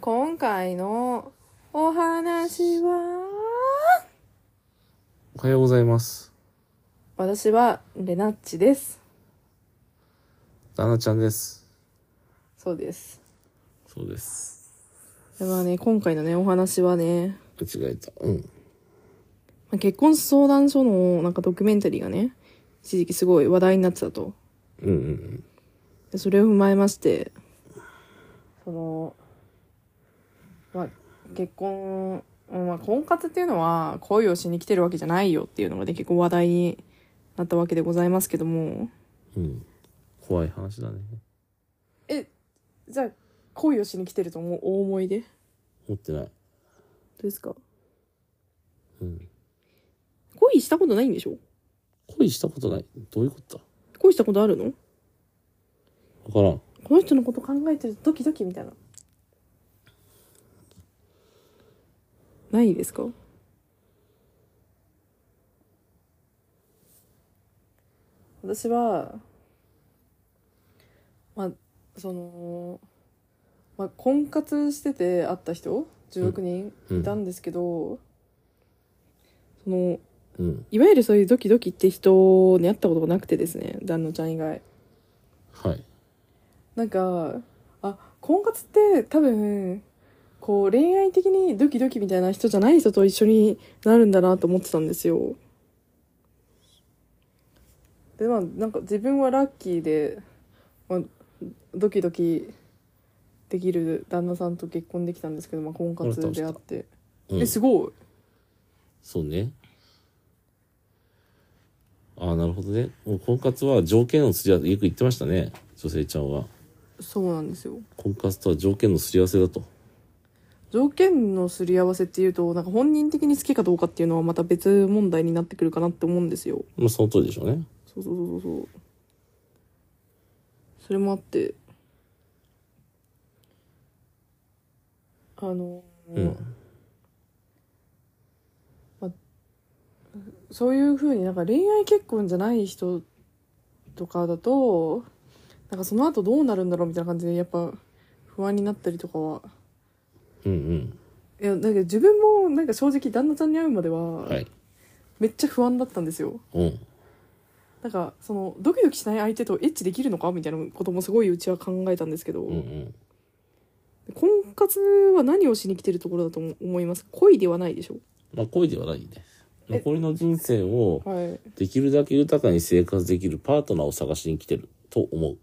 今回のお話は、おはようございます。私はレナッチです。ダナちゃんです。そうです。そうです。ではね、今回のね、お話はね、間違えた。うん。まあ結婚相談所のなんかドキュメンタリーがね、一時期すごい話題になってたと。うんうんでそれを踏まえまして、その、まあ、結婚、まあ、婚活っていうのは恋をしに来てるわけじゃないよっていうのがね、結構話題になったわけでございますけども、うん。うん。怖い話だね。え、じゃあ恋をしに来てると思う、大思いでど持ってない。うですかうん。恋したことないんでしょ恋したことない。どういうことだ恋したことあるのわからん。この人のこと考えてるドキドキみたいな。ないですか私は、まあ、その、まあ、婚活してて会った人、16人うんいたんですけど、その、うん。いわゆるそういうドキドキって人に会ったことがなくてですね、旦那ちゃん以外。はい。なんか、あ、婚活って多分、こう恋愛的にドキドキみたいな人じゃない人と一緒になるんだなと思ってたんですよ。で、まあなんか自分はラッキーで、まあ、ドキドキできる旦那さんと結婚できたんですけど、まあ婚活であって。うえ、ん。すごい。そうね。ああ、なるほどね。もう婚活は条件のすり合わせ、よく言ってましたね。女性ちゃんは。そうなんですよ。婚活とは条件のすり合わせだと。条件のすり合わせっていうと、なんか本人的に好きかどうかっていうのはまた別問題になってくるかなって思うんですよ。まあ、その通りでしょうね。そうそうそうそうそうそれもあってあのーうんまあそういうふうになんか恋愛結婚じゃない人とかだとなんかその後どうなるんだろうみたいな感じでやっぱ不安になったりとかはうんいやなんか自分もなんか正直旦那ちゃんに会うまではうん。はい。めっちゃ不安だったんですよ、うん。なんかそのドキドキしない相手とエッチできるのかみたいなこともすごいうちは考えたんですけど、うんうん。婚活は何をしに来てるところだと思います恋ではないでしょまあ、恋ではないね。え残りの人生を、はいできるだけ豊かに生活できるパートナーを探しに来てると思う。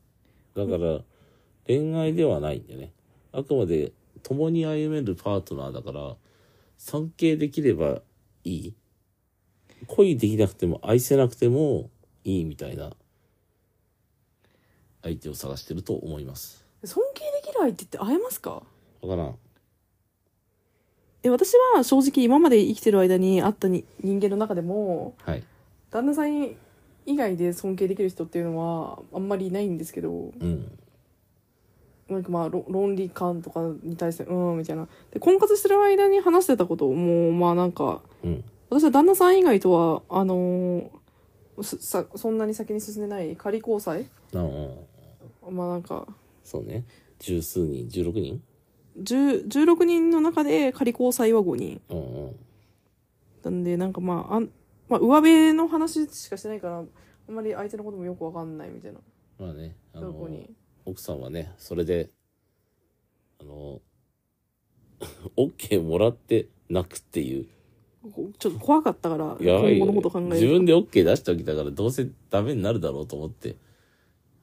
だから、恋愛ではないんだよね。あくまで共に歩めるパートナーだから、尊敬できればいい。恋できなくても愛せなくてもいいみたいな相手を探してると思います。尊敬できる相手って会えますかわからん。え私は正直今まで生きてる間に会ったに人間の中でもはい。旦那さん以外で尊敬できる人っていうのはあんまりいないんですけどうん。なんかまあろ論理観とかに対してうーんみたいなで婚活してる間に話してたこともまあなんかうん。私は旦那さん以外とはあのーすさそんなに先に進んでない仮交際なおまあなんかそうね。十数人、十六人10 16人の中で仮交際は5人うんうん。なんでなんかまああん、まあ、上辺の話しかしてないからあんまり相手のこともよくわかんないみたいなまあね。あどのこに奥さんはね、それで、あの、OK もらって泣くっていう。こちょっと怖かったからやばい今後のよ、こねと考える。と自分で OK 出しておきたから、どうせダメになるだろうと思って、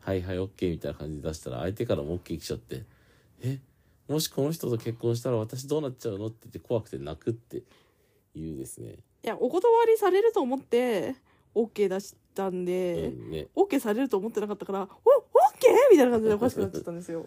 はいはい OK みたいな感じで出したら、相手からも OK 来ちゃって、え、もしこの人と結婚したら私どうなっちゃうのって言って怖くて泣くっていうですね。いやお断りされると思って OK 出したんで、うんね。 OK されると思ってなかったから「お OK!」みたいな感じでおかしくなっちゃったんです よ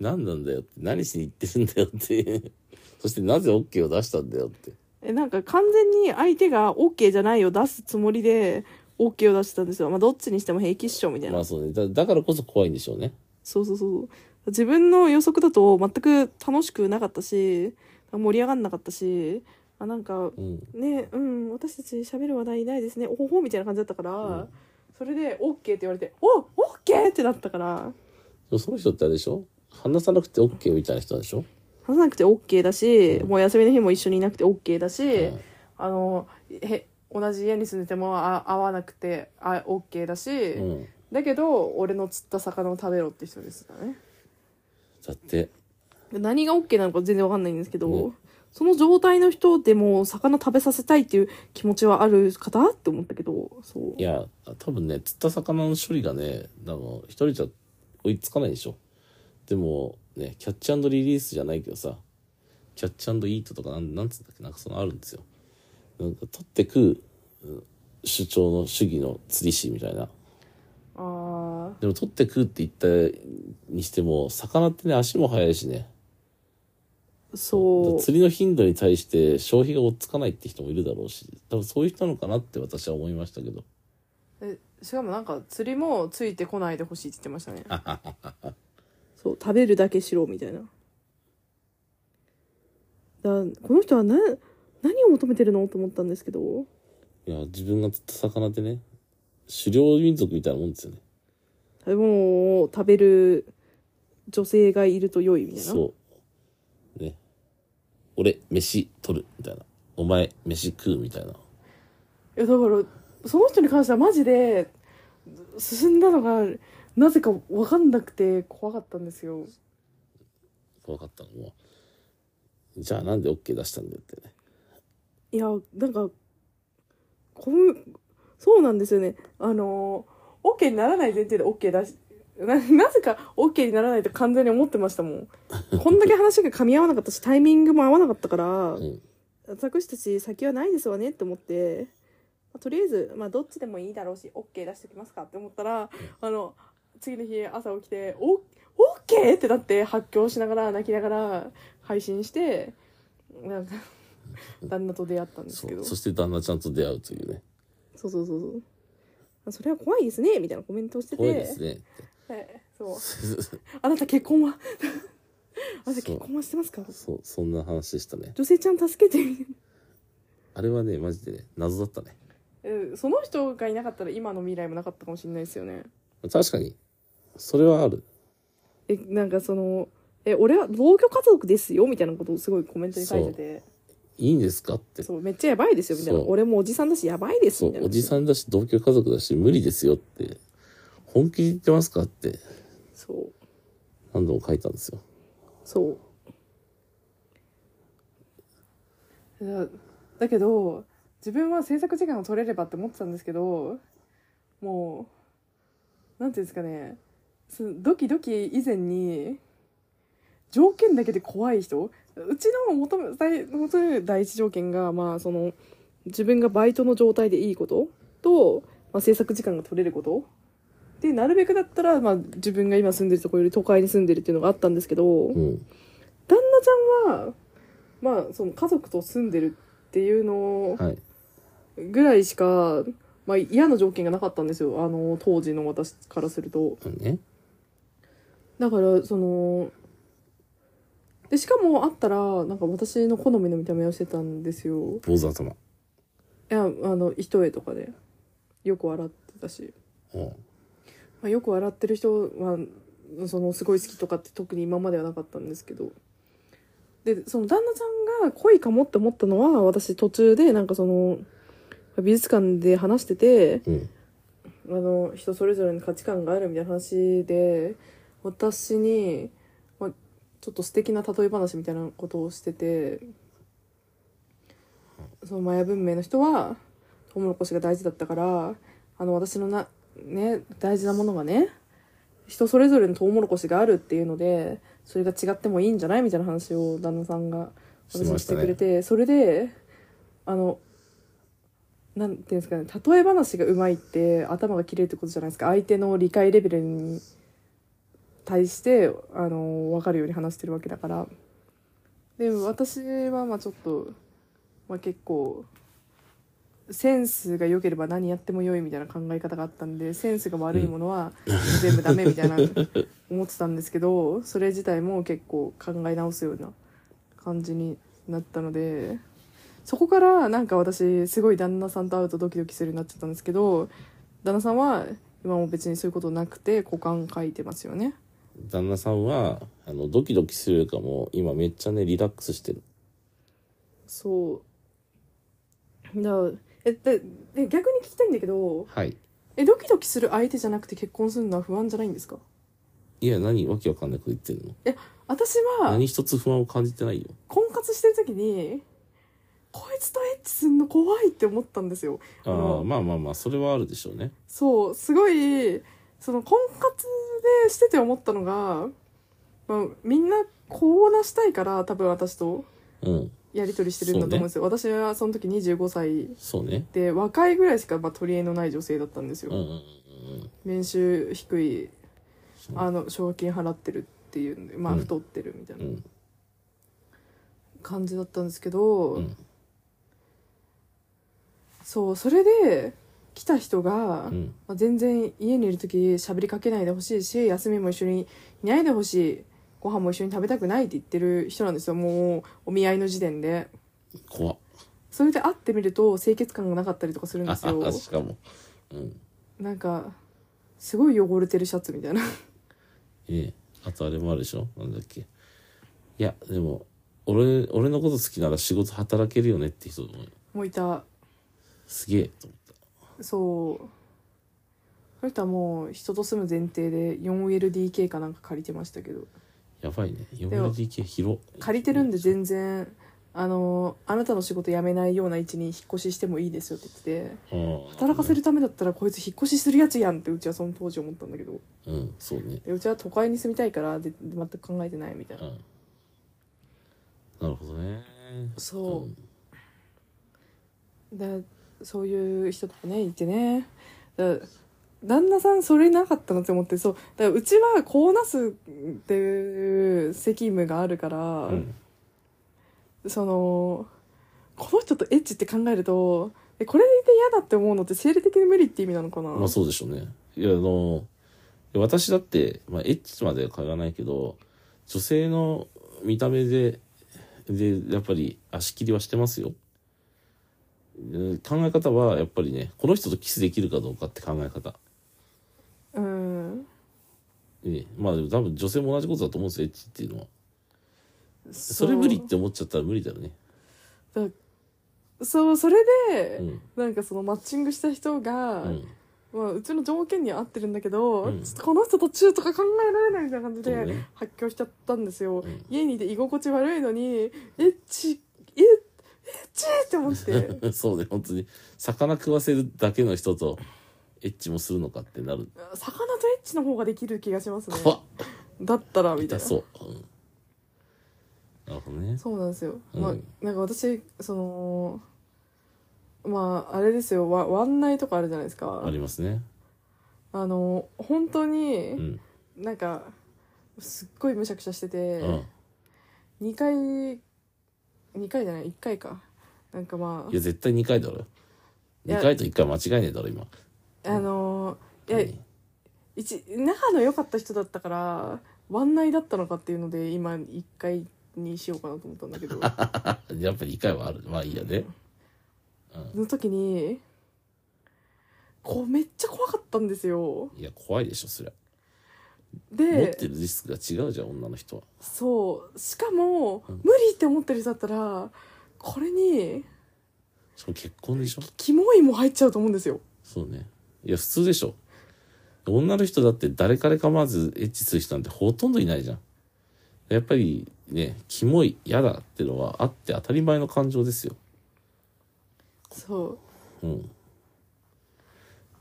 何なんだよって、何しに行ってるんだよって。 そしてなぜ OK を出したんだよって。えなんか完全に相手が OK じゃないを出すつもりで OK を出してたんですよ、まあ、どっちにしても平気っしょみたいな、まあそうね。だだからこそ怖いんでしょうね。そうそうそう自分の予測だと全く楽しくなかったし盛り上がんなかったしあなんかうん。ねうん私たち喋る話題ないですねおほほみたいな感じだったから、うんそれで OK って言われて「お OK!」ってなったからでもその人ってあれでしょ話さなくて OK みたいな人なんでしょ、話さなくて OK だし、もう休みの日も一緒にいなくて OK だし、うんあのへ同じ家に住んでてもあ会わなくてあ OK だし、うん、だけど俺の釣った魚を食べろって人ですよねだって何が OK なのか全然わかんないんですけど、ねその状態の人でも魚食べさせたいっていう気持ちはある方って思ったけどそういや多分ね釣った魚の処理がね多分一人じゃ追いつかないでしょでもねキャッチリリースじゃないけどさキャッチイートとかなんなんつうんだっけなんかそのあるんですよなんか取って食ううん主張の主義の釣り師みたいなあでも取って食うって言ったにしても魚ってね足も速いしねあそう釣りの頻度に対して消費が追っつかないって人もいるだろうし多分そういう人なのかなって私は思いましたけどえしかもなんか釣りもついてこないでほしいって言ってましたね そう食べるだけしろみたいなだこの人はな何を求めてるのと思ったんですけどいや自分が釣った魚ってね狩猟民族みたいなもんですよね食べ物を食べる女性がいると良いみたいなそうね俺飯取るみたいなお前飯食うみたいないやだからその人に関してはマジで進んだのがなぜか分かんなくて怖かったんですよ怖かったのもじゃあなんで OK 出したんだよってねいやなんかこうそうなんですよねあの OK にならない前提で OK だしななぜか OK にならないと完全に思ってましたもんこんだけ話が噛み合わなかったしタイミングも合わなかったから、 うん私たち先はないですわねって思って、まあとりあえず、まあ、どっちでもいいだろうし OK 出しておきますかって思ったらあの次の日朝起きて「お OK!」ってなって発狂しながら泣きながら配信してなんか旦那と出会ったんですそけどうそそして旦那ちゃんと出会うというねうそうそうそうあそれは怖いですねみたいなコメントをしてて怖いです ねはいそうあなた結婚はあなたそう結婚はしてますかそうそんな話でしたね女性ちゃん助けてみたいなあれはねマジでね謎だったねえその人がいなかったら今の未来もなかったかもしれないですよね確かにそれはあるえなんかそのえ俺は同居家族ですよみたいなことをすごいコメントに書いてていいんですかってそうめっちゃやばいですよみたいなそう俺もおじさんだしやばいですそみたいうなおじさんだし同居家族だし無理ですよって本気で言ってますかってそう何度も書いたんですよそうだだけど自分は制作時間を取れればって思ってたんですけどもうなんていうんですかねそのドキドキ以前に条件だけで怖い人うちの求め大求める第一条件が、まあ、その自分がバイトの状態でいいことと、まあ、制作時間が取れることでなるべくだったら、まあ、自分が今住んでるとこより都会に住んでるっていうのがあったんですけど、うん旦那ちゃんはまあその家族と住んでるっていうのはいぐらいしか、まあ、嫌な条件がなかったんですよあの当時の私からするとうんねだからそのでしかもあったらなんか私の好みの見た目をしてたんですよ坊主頭いやあの一重とかでよく笑ってたし、うんまあ、よく笑ってる人はそのすごい好きとかって特に今まではなかったんですけどでその旦那さんが恋かもって思ったのは私途中でなんかその美術館で話しててうんあの人それぞれの価値観があるみたいな話で私に、まあ、ちょっと素敵な例え話みたいなことをしててそのマヤ文明の人はトウモロコシが大事だったからあの私のな、ね、大事なものがね人それぞれのトウモロコシがあるっていうのでそれが違ってもいいんじゃないみたいな話を旦那さんが私にしてくれて、それであのなんていうんですかね例え話がうまいって頭が切れるってことじゃないですか相手の理解レベルに対してあの分かるように話してるわけだからで私はまあちょっと、まあ、結構センスが良ければ何やっても良いみたいな考え方があったんでセンスが悪いものは全部ダメみたいな思ってたんですけどそれ自体も結構考え直すような感じになったのでそこからなんか私すごい旦那さんと会うとドキドキするようになっちゃったんですけど旦那さんは今も別にそういうことなくて股間書いてますよね旦那さんはあのドキドキするよりかも今めっちゃねリラックスしてるそうだからえでで逆に聞きたいんだけどはいえドキドキする相手じゃなくて結婚するのは不安じゃないんですかいや何わけわかんないこと言ってるの私は何一つ不安を感じてないよ婚活してる時にこいつとエッチすんの怖いって思ったんですよあうあんまあまあまあそれはあるでしょうねそうすごいその婚活でしてて思ったのが、まあ、みんなこうなしたいから多分私とうんやり取りしてるんだと思うんですよ、私はその時25歳そうねで若いぐらいしかまあ取り柄のない女性だったんですよ、うんうんうんうん年収低いそうあの奨学金払ってるっていうんでまあうん太ってるみたいうなん感じだったんですけど、うんそうそれで来た人が、うんまあ、全然家にいる時喋りかけないでほしいし休みも一緒にいないでほしいご飯も一緒に食べたくないって言ってる人なんですよもうお見合いの時点で怖っそれで会ってみると清潔感がなかったりとかするんあですよあしかもうんなんかすごい汚れてるシャツみたいな ええあとあれもあるでしょなんだっけいやでも俺俺のこと好きなら仕事働けるよねって人ももういたすげえと思ったそうその人はもう人と住む前提で 4LDK かなんか借りてましたけどやばいねも 4LDK 広借りてるんで全然あのあなたの仕事辞めないような位置に引っ越ししてもいいですよって言ってて働働かせるためだったらこいつ引っ越しするやつやんってうちはその当時思ったんだけどうんそうねでうちは都会に住みたいからで全く考えてないみたいうなんなるほどねそううだそういう人とかねいてねだ旦那さんそれなかったなって思ってそうだからうちはこうなすっていう責務があるから、うんそのこの人とエッチって考えるとえこれで嫌だって思うのって生理的に無理って意味なのかな、まあそうでしょうねいやあの私だって、まあ、エッチまでは変わらないけど女性の見た目ででやっぱり足切りはしてますようん考え方はやっぱりねこの人とキスできるかどうかって考え方うんええまあでも多分女性も同じことだと思うんですよエッチっていうのはそそれ無理って思っちゃったら無理だよねうそうそれで、うんなんかそのマッチングした人が、うんまあ、うちの条件には合ってるんだけど、うんちょっとこの人と中とか考えられないみたいな感じそうでね発狂しちゃったんですよ、うん家にいて居心地悪いのにエッチえエッチって思って そうね本当に魚食わせるだけの人とエッチもするのかってなる魚とエッチの方ができる気がしますね怖っだったらみたい痛なそう、うん、なるほどねそうなんですよ、うんまあなんか私そのまああれですよワワンナイとかあるじゃないですかありますねあの本当うにんなんかすっごいむしゃくしゃしてて、うん2回2回じゃない1回かなんかまいや絶対2回だろいや2回と1回間違いねえだろ今ああのいや何一仲の良かった人だったから湾内だったのかっていうので今1回にしようかなと思ったんだけ どあやっぱり2回はあるまあいいやねその時にこうめっちゃ怖かったんですよいや怖いでしょそりゃ持っでてるリスクが違うじゃん女の人はそうしかも、うん無理って思ってる人だったらこれにしかも結婚でしょキモいも入っちゃうと思うんですよそうねいや普通でしょ女の人だって誰彼構わずエッチする人なんてほとんどいないじゃんやっぱりねキモい嫌だってのはあって当たり前の感情ですよそううん。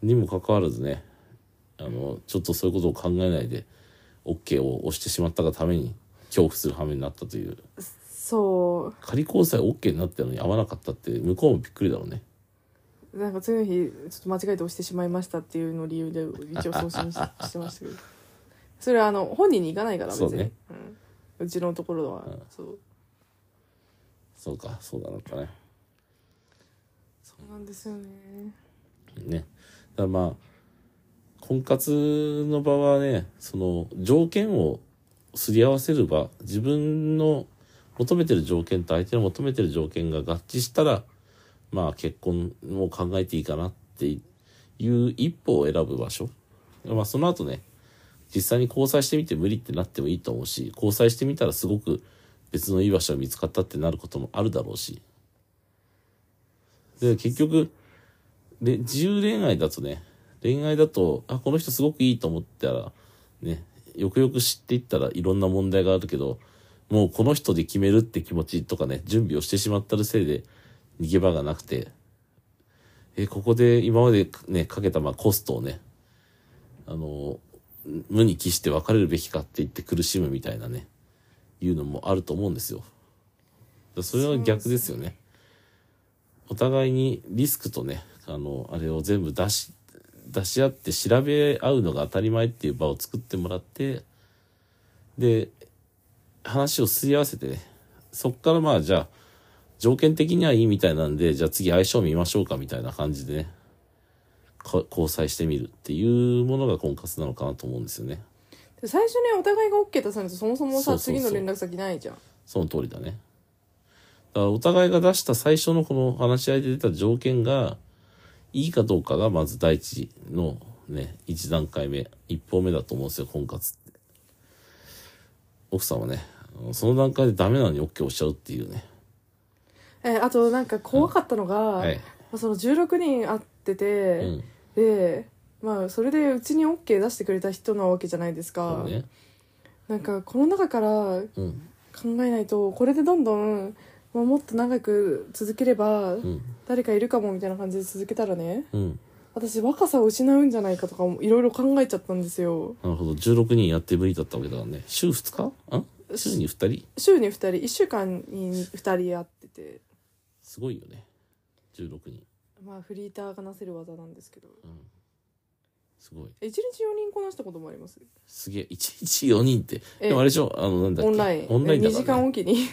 にもかかわらずね、あの、ちょっとそういうことを考えないで、OK を押してしまったがために、恐怖する羽目になったという。そう仮交際 OK になったのに合わなかったって、向こうもびっくりだろうね。なんか次の日ちょっと間違えて押してしまいましたっていうのを理由で一応送 信ししてましたけどそれはあの本人に行かないから別にそうねうん、うちのところは、うんそうそうか、そうだなったね。そうなんですよねね。だからまあ、婚活の場はね、その、条件をすり合わせる場、自分の求めてる条件と相手の求めてる条件が合致したら、まあ結婚を考えていいかなっていう一歩を選ぶ場所。まあその後ね、実際に交際してみて無理ってなってもいいと思うし交際してみたらすごく別のいい場所が見つかったってなることもあるだろうしで結局で自由恋愛だとね恋愛だとあこの人すごくいいと思ったらねよくよく知っていったらいろんな問題があるけどもうこの人で決めるって気持ちとかね準備をしてしまったるせいで逃げ場がなくてえここで今までねかけたまあコストをねあの無に帰して別れるべきかって言って苦しむみたいなねいうのもあると思うんですよ。だからそれは逆ですよね。お互いにリスクとねあのあれを全部出し出し合って調べ合うのが当たり前っていう場を作ってもらってで話をすり合わせてねそっからまあじゃあ条件的にはいいみたいなんでじゃあ次相性見ましょうかみたいな感じでねか交際してみるっていうものが婚活なのかなと思うんですよねで最初にお互いが OK 出さないとそもそもさそうそうそう次の連絡先ないじゃんその通りだねだからお互いが出した最初のこの話し合いで出た条件がいいかどうかがまず第一のね一段階目一歩目だと思うんですよ婚活って奥さんはねあのその段階でダメなのに OK をしちゃうっていうねえあとなんか怖かったのが、はいまあその16人会ってて、うんでまあそれでうちに OK 出してくれた人なわけじゃないですそか、うねなんかこの中から考うんえないとこれでどんどんもうもっと長く続ければうん誰かいるかもみたいな感じで続けたらねうん私若さを失うんじゃないかとかもいろいろ考えちゃったんですよなるほど16人やって無理だったわけだからね週2日ん週に2人週に2人1週間に2人会っててすごいよね16人まあフリーターがなせる技なんですけどすごい1日4人こなしたこともありますすげえ1日4人ってえでもあれでしょあのなんだっけオンラインオンラインだ2時から、間ね、おきに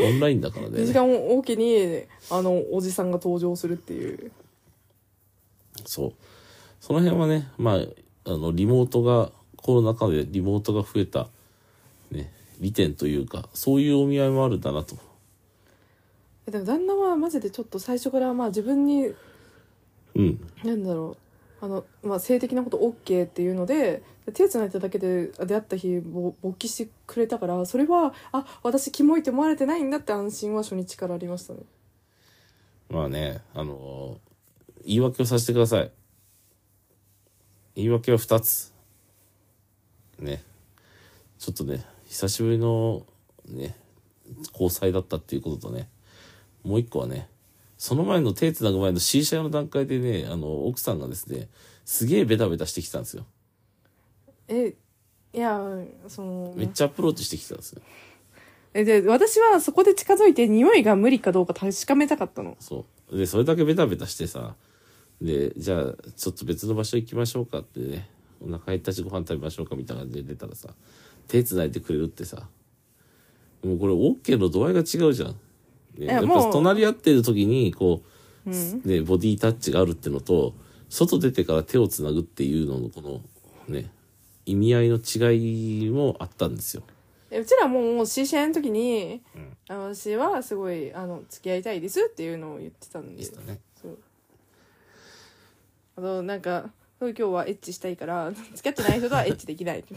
オンラインだからね2時間おきにあのおじさんが登場するっていうそうその辺はねまああのリモートがコロナ禍でリモートが増えたね利点というかそういうお見合いもあるんだなとえでも旦那はマジでちょっと最初からまあ自分にうんなんだろうあの、まあ、性的なこと OK っていうので手つないだだけで出会った日ぼ勃起してくれたからそれはあ私キモいって思われてないんだって安心は初日からありましたねまあね、あのー言い訳をさせてください。言い訳は2つ。ね。ちょっとね、久しぶりの、ね、交際だったっていうこととね、もう一個はね、その前の手つなぐ前の C 社の段階でね、あの、奥さんがですね、すげえベタベタしてきたんですよ。えいやそのめっちゃアプローチしてきたんですよ。えで私はそこで近づいて匂いが無理かどうか確かめたかったのそう。で、それだけベタベタしてさ、で、じゃあ、ちょっと別の場所行きましょうかってね、お腹減ったしご飯食べましょうかみたいな感じで出たらさ、手繋いでくれるってさ、もうこれ OK の度合いが違うじゃん。ね、ややっもぱう隣り合ってる時に、こう、ね、ボディタッチがあるってのと、外出てから手を繋ぐっていうのの、この、ね、意味合いの違いもあったんですよ。えうちらももう C 社の時に、あの私はすごいあの付き合いたいですっていうのを言ってたんででしたね。そうあとなんか「今日はエッチしたいから 付き合ってない人とはエッチでき ない」エ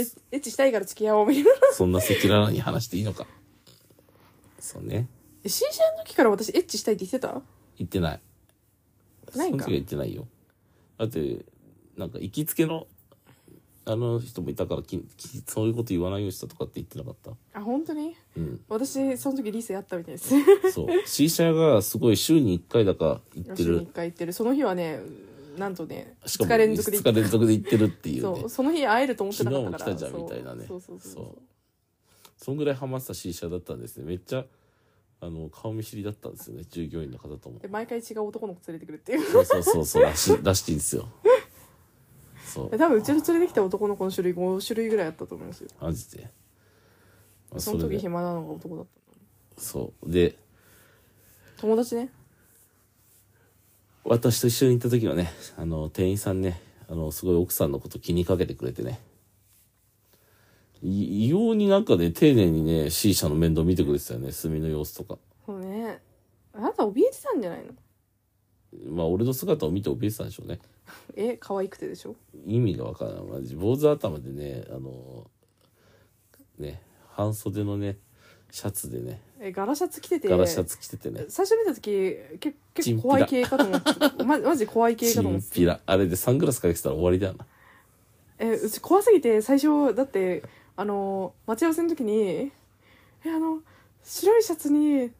ッエッチしたいから付き合おうみたいなそんな赤裸々に話していいのか。そうね。え新社の時から私エッチしたいって言ってた行ってない。ないそのか時は行ってないよ。だって、なんか行きつけの、あの人もいたからききそういうこと言わないようにしたとかって言ってなかった。あ本当にうん。私その時理性あったみたいです そう。C 社がすごい週に1回だか行って週にる1。回行ってるその日はねなんとねしか2も日連続で行二日連続で行ってるっていうね。そうその日会えると思ってなかったから昨日も来たじゃんみたいなねそうそうそうそうそうそんぐらいハマってた C 社だったんですね。めっちゃ、あの、顔見知りだったんですよね。従業員の方ともで。毎回違う男の子連れてくるっていう そうそうそうそう、らしらしいんですよ。そう多。分うちの連れてきた男の子の種類5種類ぐらいあったと思うんですよマジで。まあそのれ時で暇なのが男だったそう。で、友達ね私と一緒に行った時はねあの店員さんねあのすごい奥さんのこと気にかけてくれてねい異様になんかね丁寧にね C 社の面倒見てくれてたよね炭の様子とかそうねあなた怯えてたんじゃないのまあ俺の姿を見て怯えてたんでしょうねえ可愛くてでしょ意味がわからないマジ坊主頭でねあのね半袖のねシャツでねえガラシャツ着てて柄シャツ着ててね最初見た時け結チン構ピ怖いラ系かと思ってま マジ怖い系チかと思っンてピラあれでサングラスかけてたら終わりだよなえうち怖すぎて最初だってあの待ち合わせの時に「えあの白いシャツに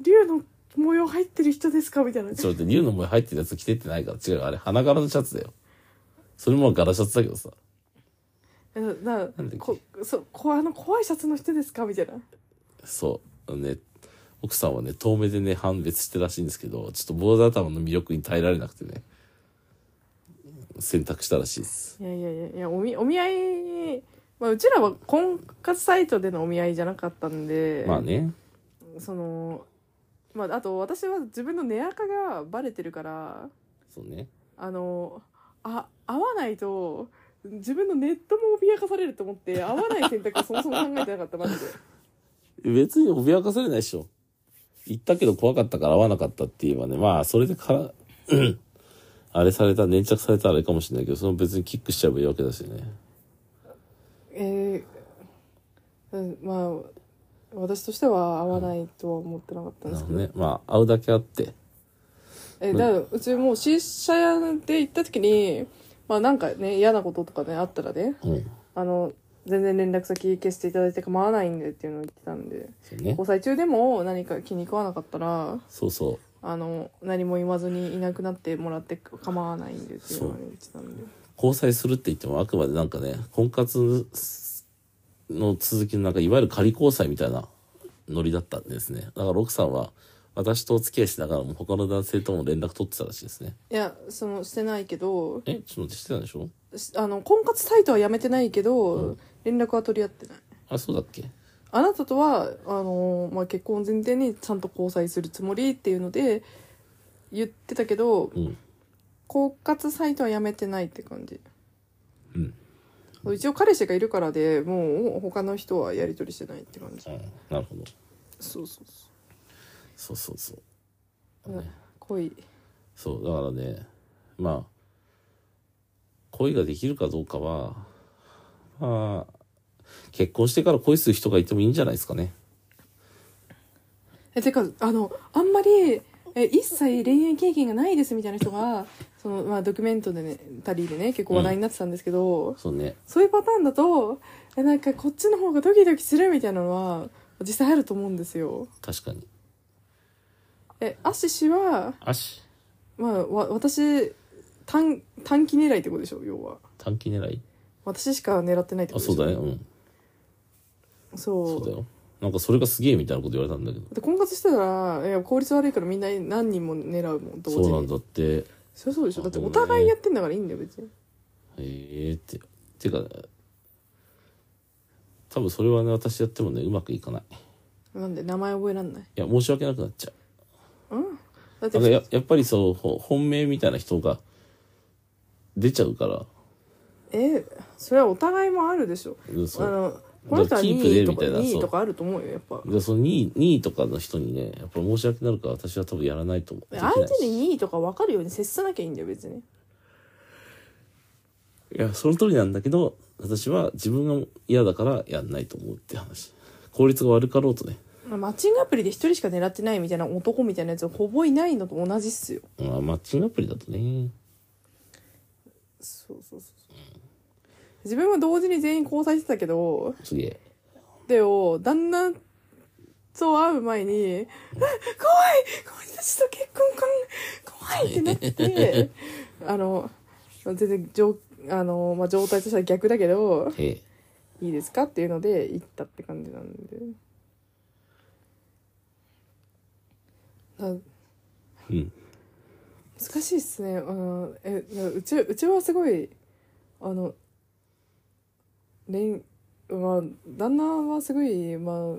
竜の模様入ってる人ですか?」みたいなちょっと待って竜の模様入ってるやつ着てってないから違うあれ花柄のシャツだよそれも柄シャツだけどさえなななんだっけこそうこあの怖いシャツの人ですかみたいなそうね奥さんはね遠目でね判別してらしいんですけどちょっと坊主頭の魅力に耐えられなくてね選択したらしいですいやいやいやいやおみお見合い、まあ、うちらは婚活サイトでのお見合いじゃなかったんで、まあねその、まあ、あと私は自分の寝垢がバレてるからそうねあのあ会わないと自分のネットも脅かされると思って会わない選択をそもそも考えてなかったマジで別に脅かされないでしょ行ったけど怖かったから会わなかったって言えばねまあそれでからあれされた粘着されたらあれかもしれないけどその別にキックしちゃえばいいわけだしね えーうん、まあ私としては会わないとは思ってなかったんなでるすほけど、どねまあ会うだけ会ってえだからうちもう新車屋で行った時にまあなんかね嫌なこととかねあったらねうんあの全然連絡先消していただいて構わないんでっていうのを言ってたんでそうね交際中でも何か気に食わなかったらそうそうあの何も言わずにいなくなってもらって構わないんでっていうのをね言ってたんで交際するって言ってもあくまでなんかね婚活の続きのなんかいわゆる仮交際みたいなノリだったんですねだから奥さんは私とお付き合いしながらも他の男性とも連絡取ってたらしいですねいやそのしてないけどえちょっと待ってしてたんでしょしあの婚活サイトはやめてないけど、連絡は取り合ってないあそうだっけあなたとはあの、まあ、結婚を前提にちゃんと交際するつもりっていうので言ってたけどうん婚活サイトはやめてないって感じうん、一応彼氏がいるからでもう他の人はやり取りしてないって感じうん、なるほどそうそうそそうそうそうう、ね恋そうだからねまあ恋ができるかどうかはまあ結婚してから恋する人がいてもいいんじゃないですかねえてかあのあんまりえ一切恋愛経験がないですみたいな人がその、まあ、ドキュメントでねタリーでね結構話題になってたんですけど、そうねそういうパターンだとえなんかこっちの方がドキドキするみたいなのは実際あると思うんですよ確かにえアシ氏は、あしまあ、わ私短短期狙いってことでしょ要は短期狙い私しか狙ってないってあことそでしうょだねうんそうそうだよなんかそれがすげえみたいなこと言われたんだけどだって婚活してたらいや効率悪いからみんな何人も狙うもん同時にそうなんだってへそりゃそうでしょだってあそうおね互いやってんだからいいんだよ別にえっててか多分それはね私やってもねうまくいかないいなんで名前覚えらんないや申し訳なくなっちゃうだってなんかややっぱりそうほ本命みたいな人が出ちゃうからえそれはお互いもあるでしょうんあそうのこの人はキープ2で位とみかたいな2そ位うとかあると思うよやっぱでその2位2位とかの人にねやっぱ申し訳なるから私は多分やらないと思うできな相いし手に2位とか分かるように接さなきゃいいんだよ別にいやその通りなんだけど私は自分が嫌だからやんないと思うって話効率が悪かろうとね、マッチングアプリで1人しか狙ってないみたいな男みたいなやつはほぼいないのと同じっすよまあ、マッチングアプリだとねそうそうそうそう自分は同時に全員交際してたけどすげえでを旦那と会う前に「あ怖いこいつと結婚かん怖い!」ってな ってあの全然状あの、まあ、状態としては逆だけどへえ「いいですか?」っていうので行ったって感じなんで。なうん難しいっすね。うん、え、うち、うちはすごい、あの、恋、まあ、旦那はすごい、まあ、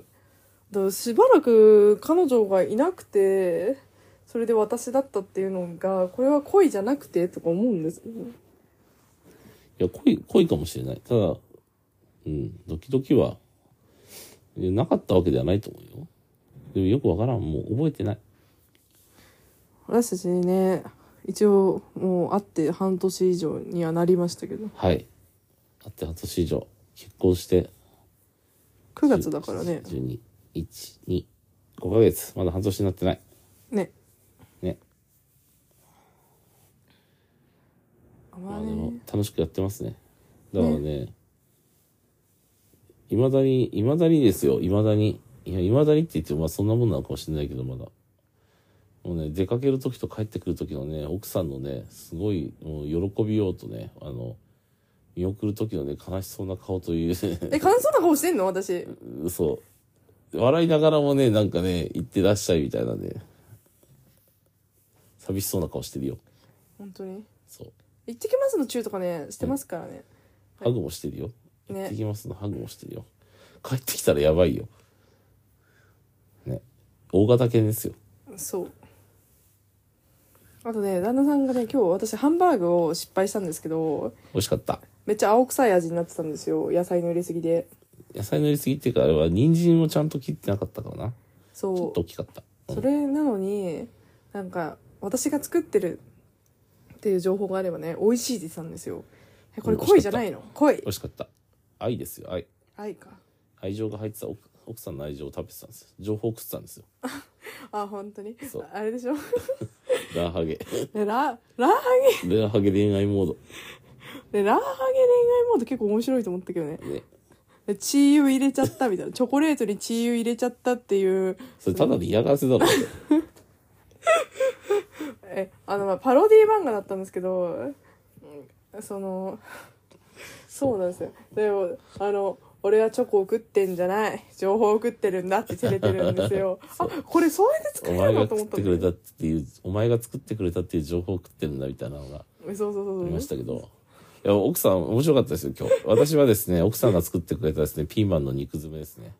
だしばらく彼女がいなくて、それで私だったっていうのが、これは恋じゃなくてとか思うんですけど。いや濃い濃いかもしれないただうんドキドキはいやなかったわけではないと思うよでもよくわからんもう覚えてない私たちね、一応もう会って半年以上にはなりましたけどはいあって半年以上結婚して9月だからね12125ヶ月まだ半年になってないねねあままありでもね楽しくやってますねだからねいま、未だにいまだにですよいまだにいやいまだにって言ってもまあそんなもんなのかもしれないけどまだもうね出かける時と帰ってくる時のね奥さんのねすごいもう喜びようとねあの見送る時のね悲しそうな顔という え感想な顔してんの私そう。笑いながらもね、なんかね、行ってらっしゃいみたいなね。寂しそうな顔してるよ。本当にそう。行ってきますの中とかねしてますからね、はいハグもしてるよ。ね行ってきますの、ハグもしてるよ。帰ってきたらやばいよ。ね。大型犬ですよ。そうあとね旦那さんがね今日私ハンバーグを失敗したんですけど美味しかった。めっちゃ青臭い味になってたんですよ野菜の入れすぎで野菜のりすぎっていうか、あれは人参をちゃんと切ってなかったからな。そうちょっと大きかった。うんそれなのになんか私が作ってるっていう情報があればね美味しいって言ってたんですよえこれうん恋じゃないの恋美味しかった。愛ですよ、愛。愛か愛情が入ってた奥奥さんの愛情を食べてたんですよ。情報を食ってたんですよ。あ本当にそうあれでしょ ラーハゲ。ねララーハラーハゲ恋愛モード。ゲねラーハゲ恋愛モード結構面白いと思ったけどねね、でチー油入れちゃったみたいなチョコレートにチー油入れちゃったっていうそれただで嫌がらせだろ。えあのまあパロディ漫画だったんですけど、うんそのそうなんですよでもあの俺はチョコを食ってんじゃない情報を食ってるんだって照れてるんですよ あこれそうやって作おれ前るがのと作思っったてんくだれよたっていう、お前が作ってくれたっていう情報を食ってるんだみたいなのがそうそうそありうましそうたけど。いや、奥さん面白かったですよ、今日。私はですね、奥さんが作ってくれたですね、ピーマンの肉詰めですね。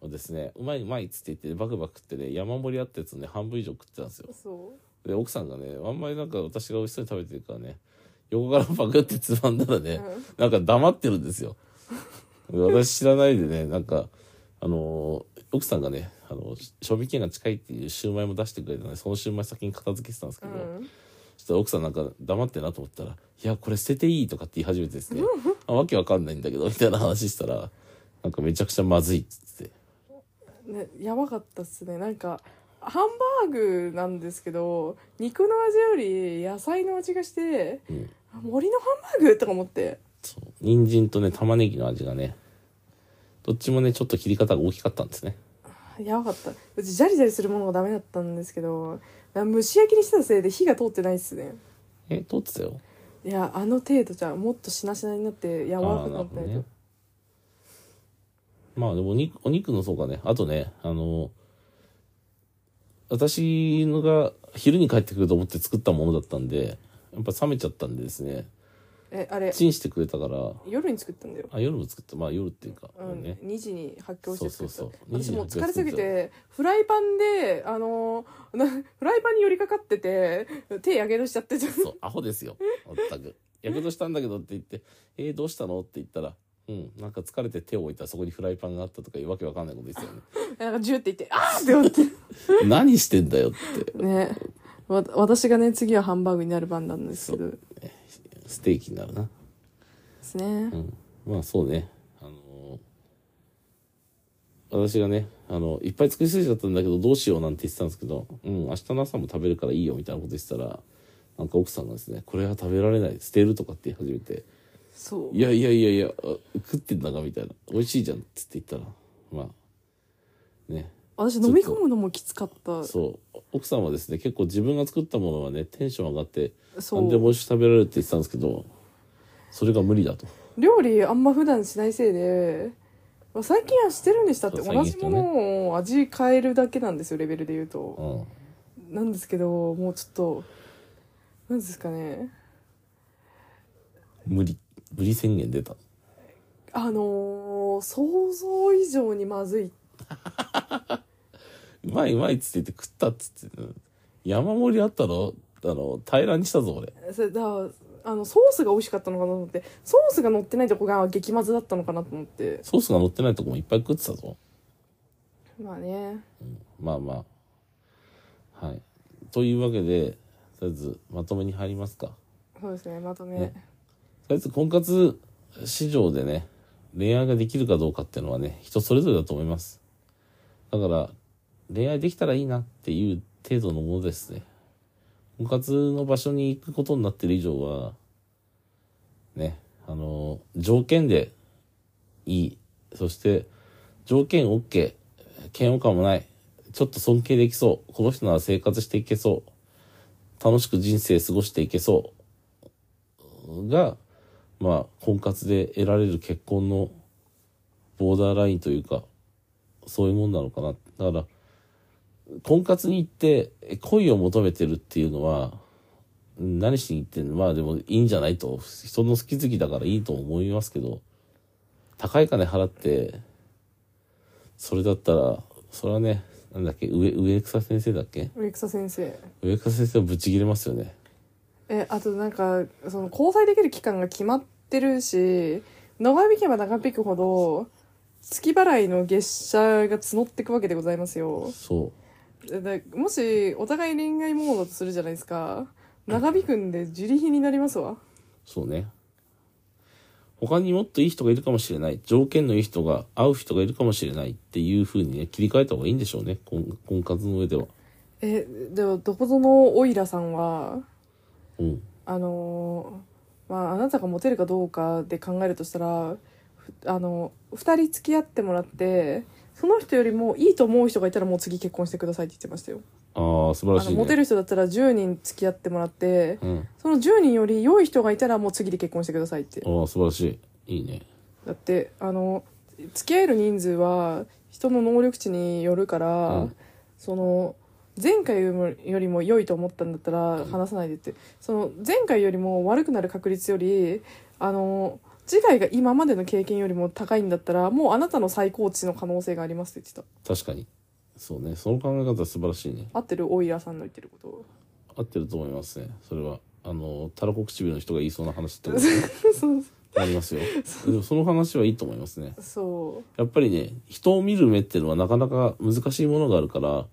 をですね、うまいうまいっつって言って、バクバク食ってね、山盛りあったやつをね、半分以上食ってたんですよ。そうで、奥さんがね、あんまりなんか私が美味しそうに食べてるからね、横からパクってつまんだらね、なんか黙ってるんですよ。で私知らないでね、なんか、あのー奥さんがね、あのー賞味期限が近いっていうシューマイも出してくれたので、そのシューマイ先に片付けてたんですけど、うんそしたら奥さんなんか黙ってなと思ったら、いや、これ捨てていいとかって言い始めて ですね、あわけわかんないんだけど、みたいな話したら、なんかめちゃくちゃまずいっつって。ね、やばかったっすねなんかハンバーグなんですけど肉の味より野菜の味がして、んあ森のハンバーグとか思ってそう人参とね玉ねぎの味がねどっちもねちょっと切り方が大きかったんですねやばかったうちジャリジャリするものがダメだったんですけどな蒸し焼きにしてたせいで火が通ってないっすねえ通ってたよいやあの程度じゃもっとしなしなになって柔らかくなったりと、まあでもお肉お肉のそうかねあとねあの私のが昼に帰ってくると思って作ったものだったんでやっぱ冷めちゃったんでですねえあれチンしてくれたから夜に作ったんだよ、あ夜も作ったまあ夜っていうか、うんね2時に発狂して作ったそうそうそう2私時にもう発疲狂れしてす作っぎたてフライパンであの なフライパンに寄りかかってて手やけどしちゃってちょっそうアホですよ全くやけどしたんだけどって言って 「えー、どうしたの?」って言ったら「うんなんか疲れて手を置いたらそこにフライパンがあった」とかいうわけわかんないことですよねとなんかジューって言ってあーって思って何してんだよってねわ私がね次はハンバーグになる番なんですけどでステーキになるなすねうんまあそうねあのー私がねあのいっぱい作りすぎちゃったんだけどどうしようなんて言ってたんですけど「うん明日の朝も食べるからいいよ」みたいなこと言ってたらなんか奥さんがですね「これは食べられない捨てる」とかって言い始めてそういやいやいやいや、あ食ってんだかみたいな。美味しいじゃんっつって言ったら、まあ、ね。私飲み込むのもきつかったそう。奥さんはですね、結構自分が作ったものはね、テンション上がって、そう何でも美味しく食べられるって言ってたんですけど、それが無理だと。料理あんま普段しないせいで、まあ、最近はしてるにしたってそう同最じ近してもねのを味変えるだけなんですよレベルで言うとうなんですけどもうちょっとなんですかねん。無理。無理宣言出た。あのー想像以上にまずいうまいうまいっつって言って食ったっつって、うん山盛りあったろあの、平らにしたぞ俺。それだあのソースが美味しかったのかなと思ってソースが乗ってないとこが激まずだったのかなと思ってソースが乗ってないとこもいっぱい食ってたぞ。まあねまあまあ。はい。というわけで、とりあえずまとめに入りますかとそうですねまとめ、ねりあえず婚活市場でね恋愛ができるかどうかっていうのはね人それぞれだと思いますだから恋愛できたらいいなっていう程度のものですね婚活の場所に行くことになってる以上はねあの条件でいいそして条件 OK 嫌悪感もないちょっと尊敬できそうこの人なら生活していけそう楽しく人生過ごしていけそうがまあ婚活で得られる結婚のボーダーラインというかそういうもんなのかなだから婚活に行ってえ恋を求めてるっていうのはうん何しに行ってんのまあでもいいんじゃないと人の好き好きだからいいと思いますけど高い金払ってそれだったらそれはねなんだっけ上上草先生だっけ植草先生上草先生はぶち切れますよねえあとなんかその交際できる期間が決まってるし長引けば長引くほど月払いの月謝が募っていくわけでございますよそうでもしお互い恋愛モードとするじゃないですか長引くんで自利品になりますわそうね。他にもっといい人がいるかもしれない。条件のいい人が、合う人がいるかもしれないっていう風にね、切り替えた方がいいんでしょうね。婚婚活の上では。えでもどこぞのオイラさんはうん。あのーまああなたがモテるかどうかで考えるとしたらふあの2人付き合ってもらってその人よりもいいと思う人がいたらもう次結婚してくださいって言ってましたよ、ああ、素晴らあしい、のね。モテる人だったら10人付き合ってもらってうん。その10人より良い人がいたらもう次で結婚してくださいってああ、素晴らしい。いいね。だってあの付き合える人数は人の能力値によるから、うんその前回よりもよりも良いと思ったんだったら話さないでってその前回よりも悪くなる確率よりあの次回が今までの経験よりも高いんだったらもうあなたの最高値の可能性がありますって言って確かに。そうね。その考え方は素晴らしいね。た合ってるオイラさんの言ってること合ってると思いますね。それは。あの、たらこ唇の人が言いそうな話ってことね そうありますよ。でもその話はいいと思いますね。そうやっぱりね、人を見る目っていうのはなかなか難しいものがあるから、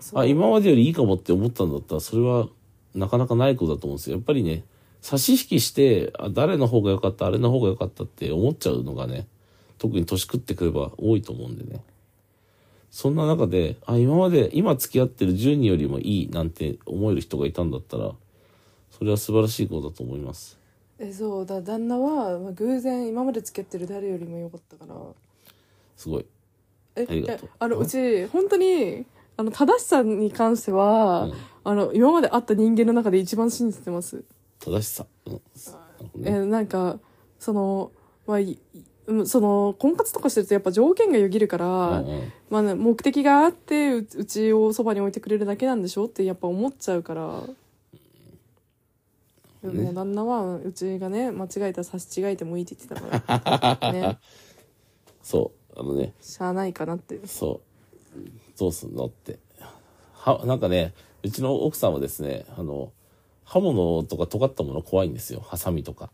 そうあ今までよりいいかもって思ったんだったらそれはなかなかないことだと思うんですよやっぱりね差し引きしてあ誰の方が良かったあれの方が良かったって思っちゃうのがね特に年食ってくれば多いと思うんでねそんな中であ今まで今付き合ってる10人よりもいいなんて思える人がいたんだったらそれは素晴らしいことだと思いますえそうだ旦那はまあ偶然今まで付き合ってる誰よりも良かったからすごいえありがとうえあのうち本当にあの正しさに関しては、うんあの今まで会った人間の中で一番信じてます、正しさ、うんなるほどえねなんかそのまあいいうんその婚活とかしてるとやっぱ条件がよぎるから、うんうんまあね、目的があってううちをそばに置いてくれるだけなんでしょってやっぱ思っちゃうから、でもね旦那はうちがね間違えたら差し違えてもいいって言ってたから ねそうあのねしゃあないかなってそう。どうすんのって。は、なんかね、うちの奥さんはですね、あの、刃物とか尖ったもの怖いんですよ。ハサミとか。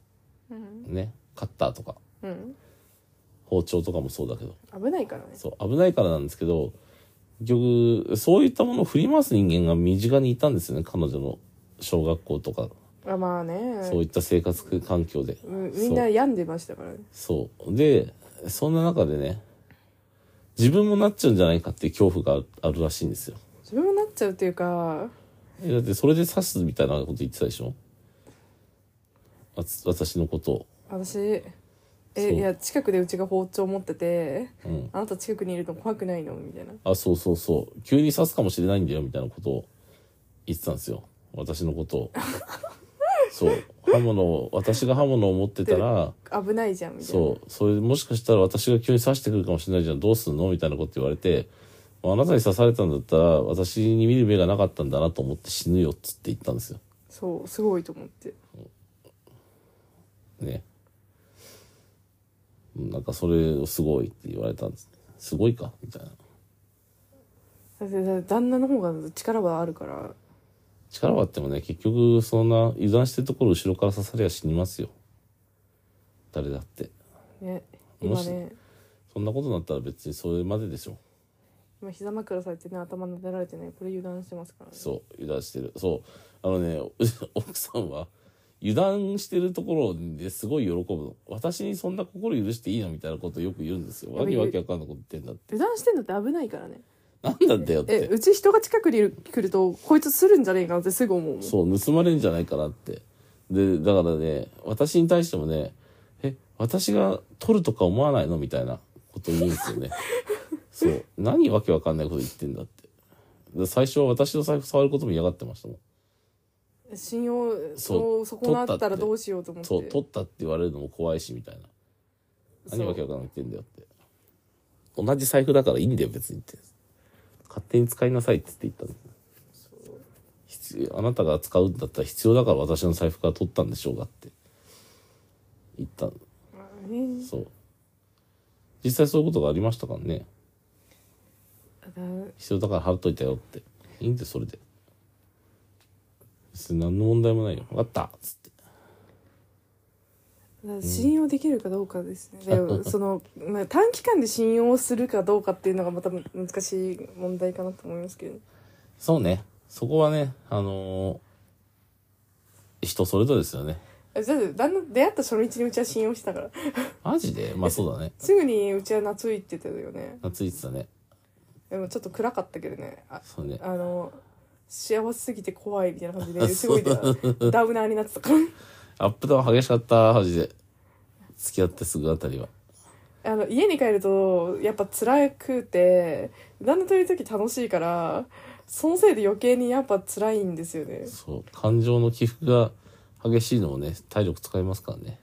ね。カッターとか。うん包丁とかもそうだけど。危ないからねそう、危ないからなんですけど、結局、そういったものを振り回す人間が身近にいたんですよね。彼女の小学校とか、あまあねそういった生活環境で。うんみんな病んでましたからねそう。で、そんな中でね、自分もなっちゃうんじゃないかっていう恐怖があるあるらしいんですよ。自分もなっちゃうっていうかえだってそれで刺すみたいなこと言ってたでしょわつ私のことを私そうえいや近くでうちが包丁持っててうんあなた近くにいるの怖くないのみたいなあそうそうそう急に刺すかもしれないんだよみたいなことを言ってたんですよ私のことをそう刃物を私が刃物を持ってたら危ないじゃんみたいなそうそれもしかしたら私が急に刺してくるかもしれないじゃんどうすんのみたいなこと言われてまああなたに刺されたんだったら私に見る目がなかったんだなと思って死ぬよっつって言ったんですよそうすごいと思ってね。うんなんかそれをすごいって言われたんです。すごいかみたいな。だってだって旦那の方が力はあるから力はあってもね、結局そんな油断してるところ後ろから刺されや死にますよ。誰だって。ねも今しねそんなことになったら別にそれまででしょ。今膝枕されてね頭撫でられてねこれ油断してますからねそう油断してるそうあのね 奥さんは油断してるところですごい喜ぶの私にそんな心許していいのみたいなことよく言うんですよやわべけわけわかんないこと言ってんだって油断してんのって危ないからねなんなんだよっえてうち人が近くにいる来るとこいつするんじゃねえかなってすぐ思うもんそう盗まれんじゃないかなってでだからね私に対してもねえ私が取るとか思わないのみたいなこと言うんですよねそう何わけわかんないこと言ってんだってで最初は私の財布触ることも嫌がってましたもん信用そそう損なっ取ったたっらてどうしようと思ってそう取ったって言われるのも怖いしみたいなそう何わけわかんないこと言ってんだよって同じ財布だからいいんだよ別にって勝手に使いなさいって言って言ったの必要あなたが使うんだったら必要だから私の財布から取ったんでしょうがって言ったのまあねそう実際そういうことがありましたからねだ必要だから払っといたよっていいんでそれで別に何の問題もないよ分かったっつってだ信用できるかどうかですね、で もそのまあ短期間で信用するかどうかっていうのがまた難しい問題かなと思いますけどそうね。そこはね、あのー人それぞれですよね。あだって旦那出会った初日にうちは信用してた からマジでまあそうだね。すぐにうちは懐いてたよね懐いてたね。でもちょっと暗かったけどねあそうね。あの幸せすぎて怖いみたいな感 じですごいダウナーになってたからアップダウン激しかった、マジで。付き合ってすぐあたりは。あの家に帰るとやっぱ辛くて旦那といる時楽しいからそのせいで余計にやっぱ辛いんですよねそう。感情の起伏が激しいのもね、体力使いますからね。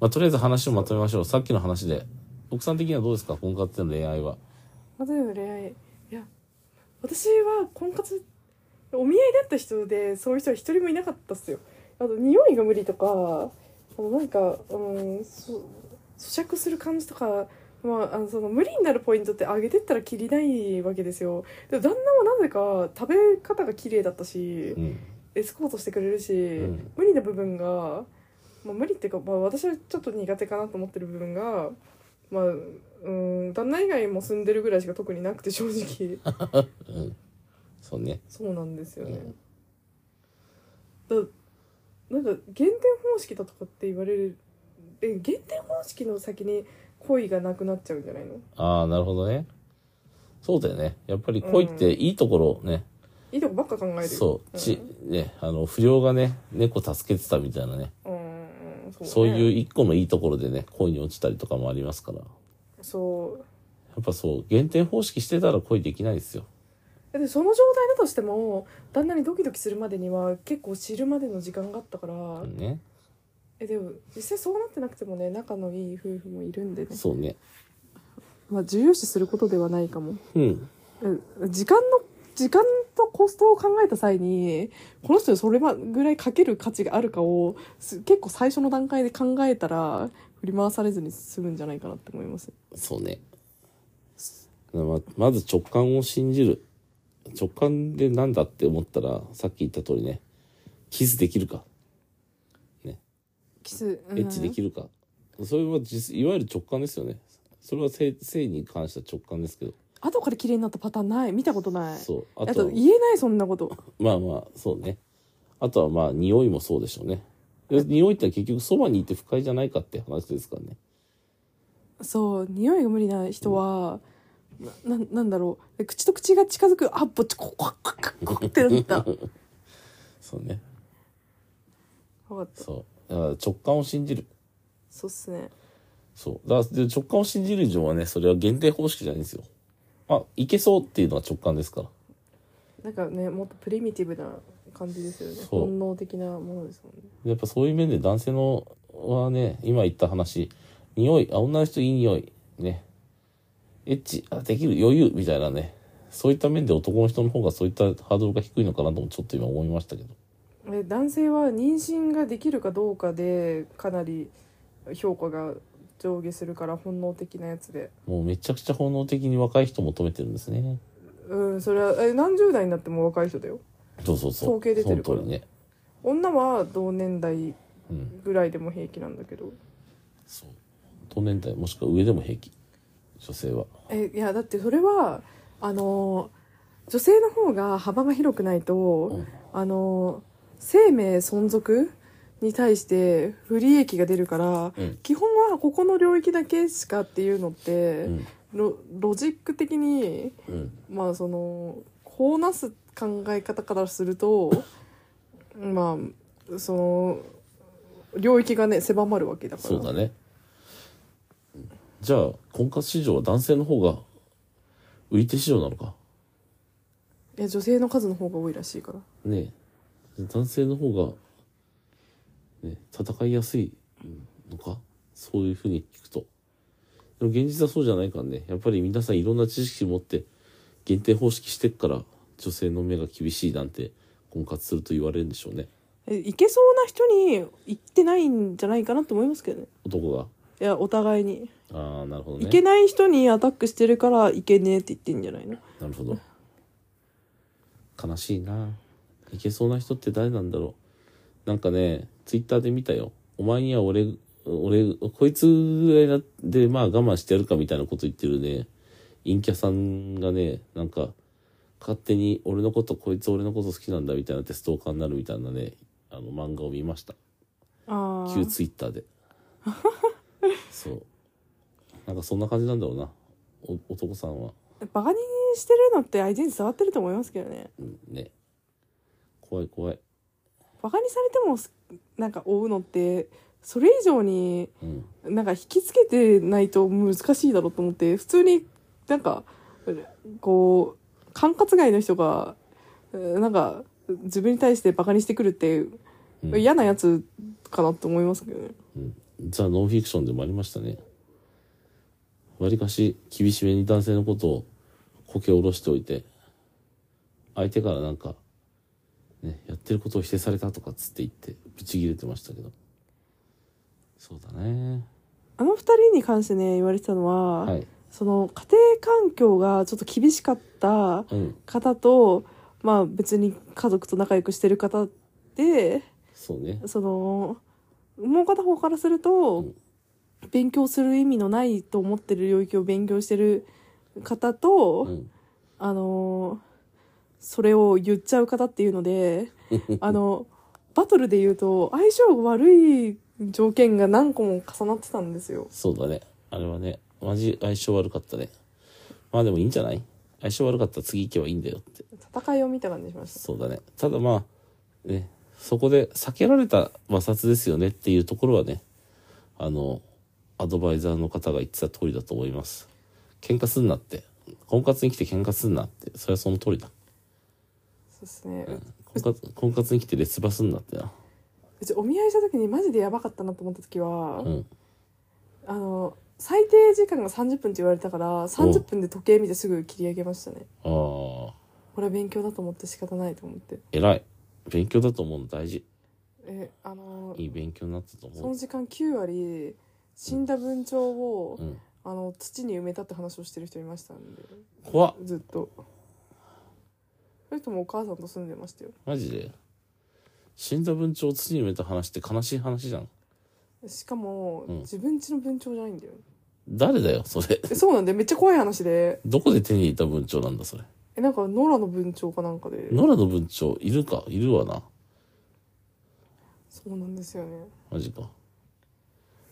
まあとりあえず話をまとめましょう。さっきの話で。奥さん的にはどうですか婚活での恋愛は。例えば恋愛いや私は婚活お見合いだった人でそういう人は一人もいなかったっすよあと匂いが無理とかあのなんか、うん、そ咀嚼する感じとか、まあ、あのその無理になるポイントって上げてったらきりないわけですよでも旦那はなぜか食べ方が綺麗だったしうん。エスコートしてくれるし、ん無理な部分が、まあ、無理っていうか、まあ、私はちょっと苦手かなと思ってる部分が、まあ、うん旦那以外も住んでるぐらいしか特になくて正直 そうね。そうなんですよね。うんだなんか減点方式だとかって言われるえ減点方式の先に恋がなくなっちゃうんじゃないのああ、なるほどね。そうだよね。やっぱり恋っていいところね。いいとこばっか考えてるそう、ち、ね、あの、不良がね、猫助けてたみたいなね、うん、うん、そう,、そういうう一個のいいところでね、恋に落ちたりとかもありますから。やそうっぱそう、減点方式してたら恋できないですよ。でその状態だとしても旦那にドキドキするまでには結構知るまでの時間があったから、ね。えでも実際そうなってなくてもね仲のいい夫婦もいるんでねそうね。まあ重要視することではないかもうん。うん時間の時間とコストを考えた際にこの人にそれぐらいかける価値があるかをす結構最初の段階で考えたら振り回されずに済むんじゃないかなって思いますそうね。ままず直感を信じる。直感でなんだって思ったら、さっき言った通りね、キスできるか、キス、エッチできるか。それは実、いわゆる直感ですよね。それは性性に関した直感ですけど。後から綺麗になったパターンない見たことないそう。ああととは、言えないそんなことまあまあ、そうね。あとはまあ、匂いもそうでしょうね。で匂いってのは結局そばにいて不快じゃないかって話ですからね。そう匂いが無理な人は、なななんだろうで口と口が近づくあぼっちこここここってなった 分そうね。かったそう。だから直感を信じる。そうっすねそう。だからで直感を信じる以上はね、それは限定方式じゃないんですよ。あ、いけそうっていうのは直感ですから。なんかねもっとプリミティブな感じですよねそう本能的なものですもんねやっぱそういう面で男性のはね、今言った話、匂い、あ、女の人いい匂い、ね。エッチ、あ、できる余裕みたいなね。そういった面で男の人の方がそういったハードルが低いのかなともちょっと今思いましたけど。え男性は妊娠ができるかどうかでかなり評価が上下するから本能的なやつでもうめちゃくちゃ本能的に若い人求めてるんですね。うんそれはえ何十代になっても若い人だよそうそうそう。統計出てるからその通りね。女は同年代うん。ぐらいでも平気なんだけどそう。同年代もしくは上でも平気。女性はえいやだってそれはあの女性の方が幅が広くないと、うんあの生命存続に対して不利益が出るから、うん基本はここの領域だけしかっていうのって、うんロロジック的にうんまあそのこうなす考え方からするとまあその領域がね狭まるわけだからそうだねじゃあ婚活市場は男性の方が売り手市場なのかいや女性の数の方が多いらしいからねえ男性の方が、ね、戦いやすいのかそういうふうに聞くとでも現実はそうじゃないからねやっぱり皆さんいろんな知識持って限定方式してっから女性の目が厳しいなんて婚活すると言われるんでしょうねえいけそうな人に行ってないんじゃないかなと思いますけどね男がいやお互いにああなるほどねいけない人にアタックしてるからいけねえって言ってんじゃないのなるほど悲しいないけそうな人って誰なんだろうなんかねツイッターで見たよお前には俺俺こいつぐらいなでまあ我慢してやるかみたいなこと言ってるね陰キャさんがねなんか勝手に俺のことこいつ俺のこと好きなんだみたいなってストーカーになるみたいなねあの漫画を見ましたあ旧ツイッターでそうなんかそんな感じなんだろうなお男さんはあバカにしてるのって相手に伝わってると思いますけどねうんね怖い怖いバカにされてもすなんか追うのってそれ以上にうんなんか引きつけてないと難しいだろうと思って普通になんかこう管轄外の人がうんなんか自分に対してバカにしてくるってうん嫌なやつかなと思いますけどねザ・ノンフィクションでもありましたねわりかし厳しめに男性のことをこけ下ろしておいて相手からなんか、ね、やってることを否定されたとかっつって言ってブチ切れてましたけどそうだねあの二人に関してね言われてたのは、はいその家庭環境がちょっと厳しかったうん方と、まあ別に家族と仲良くしてる方で、そうねその、もう片方からすると、うん勉強する意味のないと思ってる領域を勉強してる方と、うんあの、それを言っちゃう方っていうの で、あの、バトルで言うと相性が悪い条件が何個も重なってたんですよ。そうだねあれはねマジ相性悪かったねまあでもいいんじゃない相性悪かったら次行けばいいんだよって戦いを見た感じしました。そうだね。ただまあ、ね、そこで避けられた摩擦ですよねっていうところはね、あの、アドバイザーの方が言ってた通りだと思います。喧嘩すんなって。婚活に来て喧嘩すんなって。それはその通りだ。そうですね。婚活 婚活に来て劣馬すんなってな。うちお見合いした時にマジでやばかったなと思った時は、うん。あの最低時間が30分って言われたから30分で時計見てすぐ切り上げましたねああ、これは勉強だと思って仕方ないと思って偉い。勉強だと思うの大事。えあのいい勉強になったとそ思のう。時間9割死んだ文鳥を、うん。あの土に埋めたって話をしてる人いましたんで怖っ。ずっとそれともお母さんと住んでましたよマジで。死んだ文鳥を土に埋めた話って悲しい話じゃん。しかも、うん自分家の文鳥じゃないんだよ誰だよ、それ。 えそうなんでめっちゃ怖い話でどこで手に入れた文鳥なんだ、それ。えなんかノラの文鳥かなんかで野良の文鳥いるかいるわなそうなんですよねマジか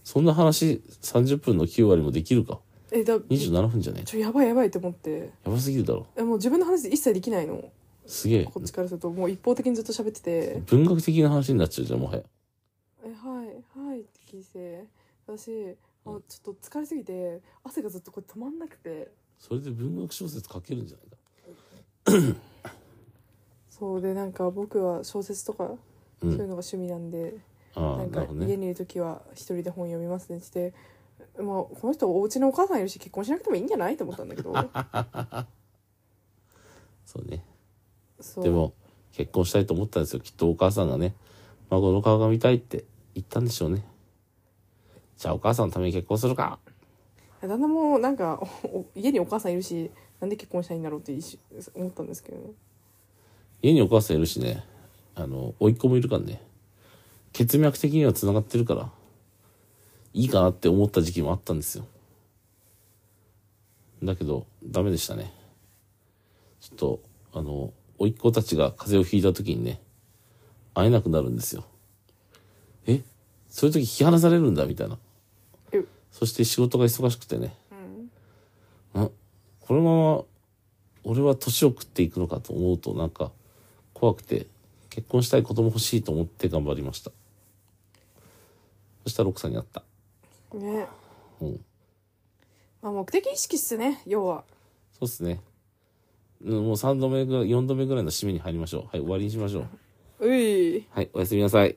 そんな話30分の9割もできるかえだち27分じゃねょやばいやばいと思ってえやばすぎるだろえもう自分の話一切できないのすげえこっちからするともう一方的にずっと喋ってて文学的な話になっちゃうじゃんもはや「えはいはい」って聞いて私あちょっと疲れすぎて汗がずっとこれ止まんなくてそれで文学小説書けるんじゃないかそうでなんか僕は小説とかうそういうのんが趣味なんで、あなあんなかるほど家ねにいる時は一人で本読みますねって言って。まあ、この人お家のお母さんいるし結婚しなくてもいいんじゃないと思ったんだけどそうねそうでも結婚したいと思ったんですよきっとお母さんがね孫の顔が見たいって言ったんでしょうねじゃあお母さんのために結婚するか旦那もなんかおお家にお母さんいるしなんで結婚したいんだろうって一瞬思ったんですけどね家にお母さんいるしねあの甥っ子もいるからね血脈的にはつながってるからいいかなって思った時期もあったんですよだけど、ダメでしたね。ちょっと、あの、甥っ子たちが風邪をひいた時にね、会えなくなるんですよ。えそういう時引き離されるんだ、みたいな。えそして仕事が忙しくてね。うんあこのまま俺は年を食っていくのかと思うとなんか怖くて結婚したい子供欲しいと思って頑張りましたそしたら奥さんに会ったねうんまあ目的意識っすね要はそうっすねうんもう3度目ぐらい4度目ぐらいの締めに入りましょうはい終わりにしましょうういはいおやすみなさい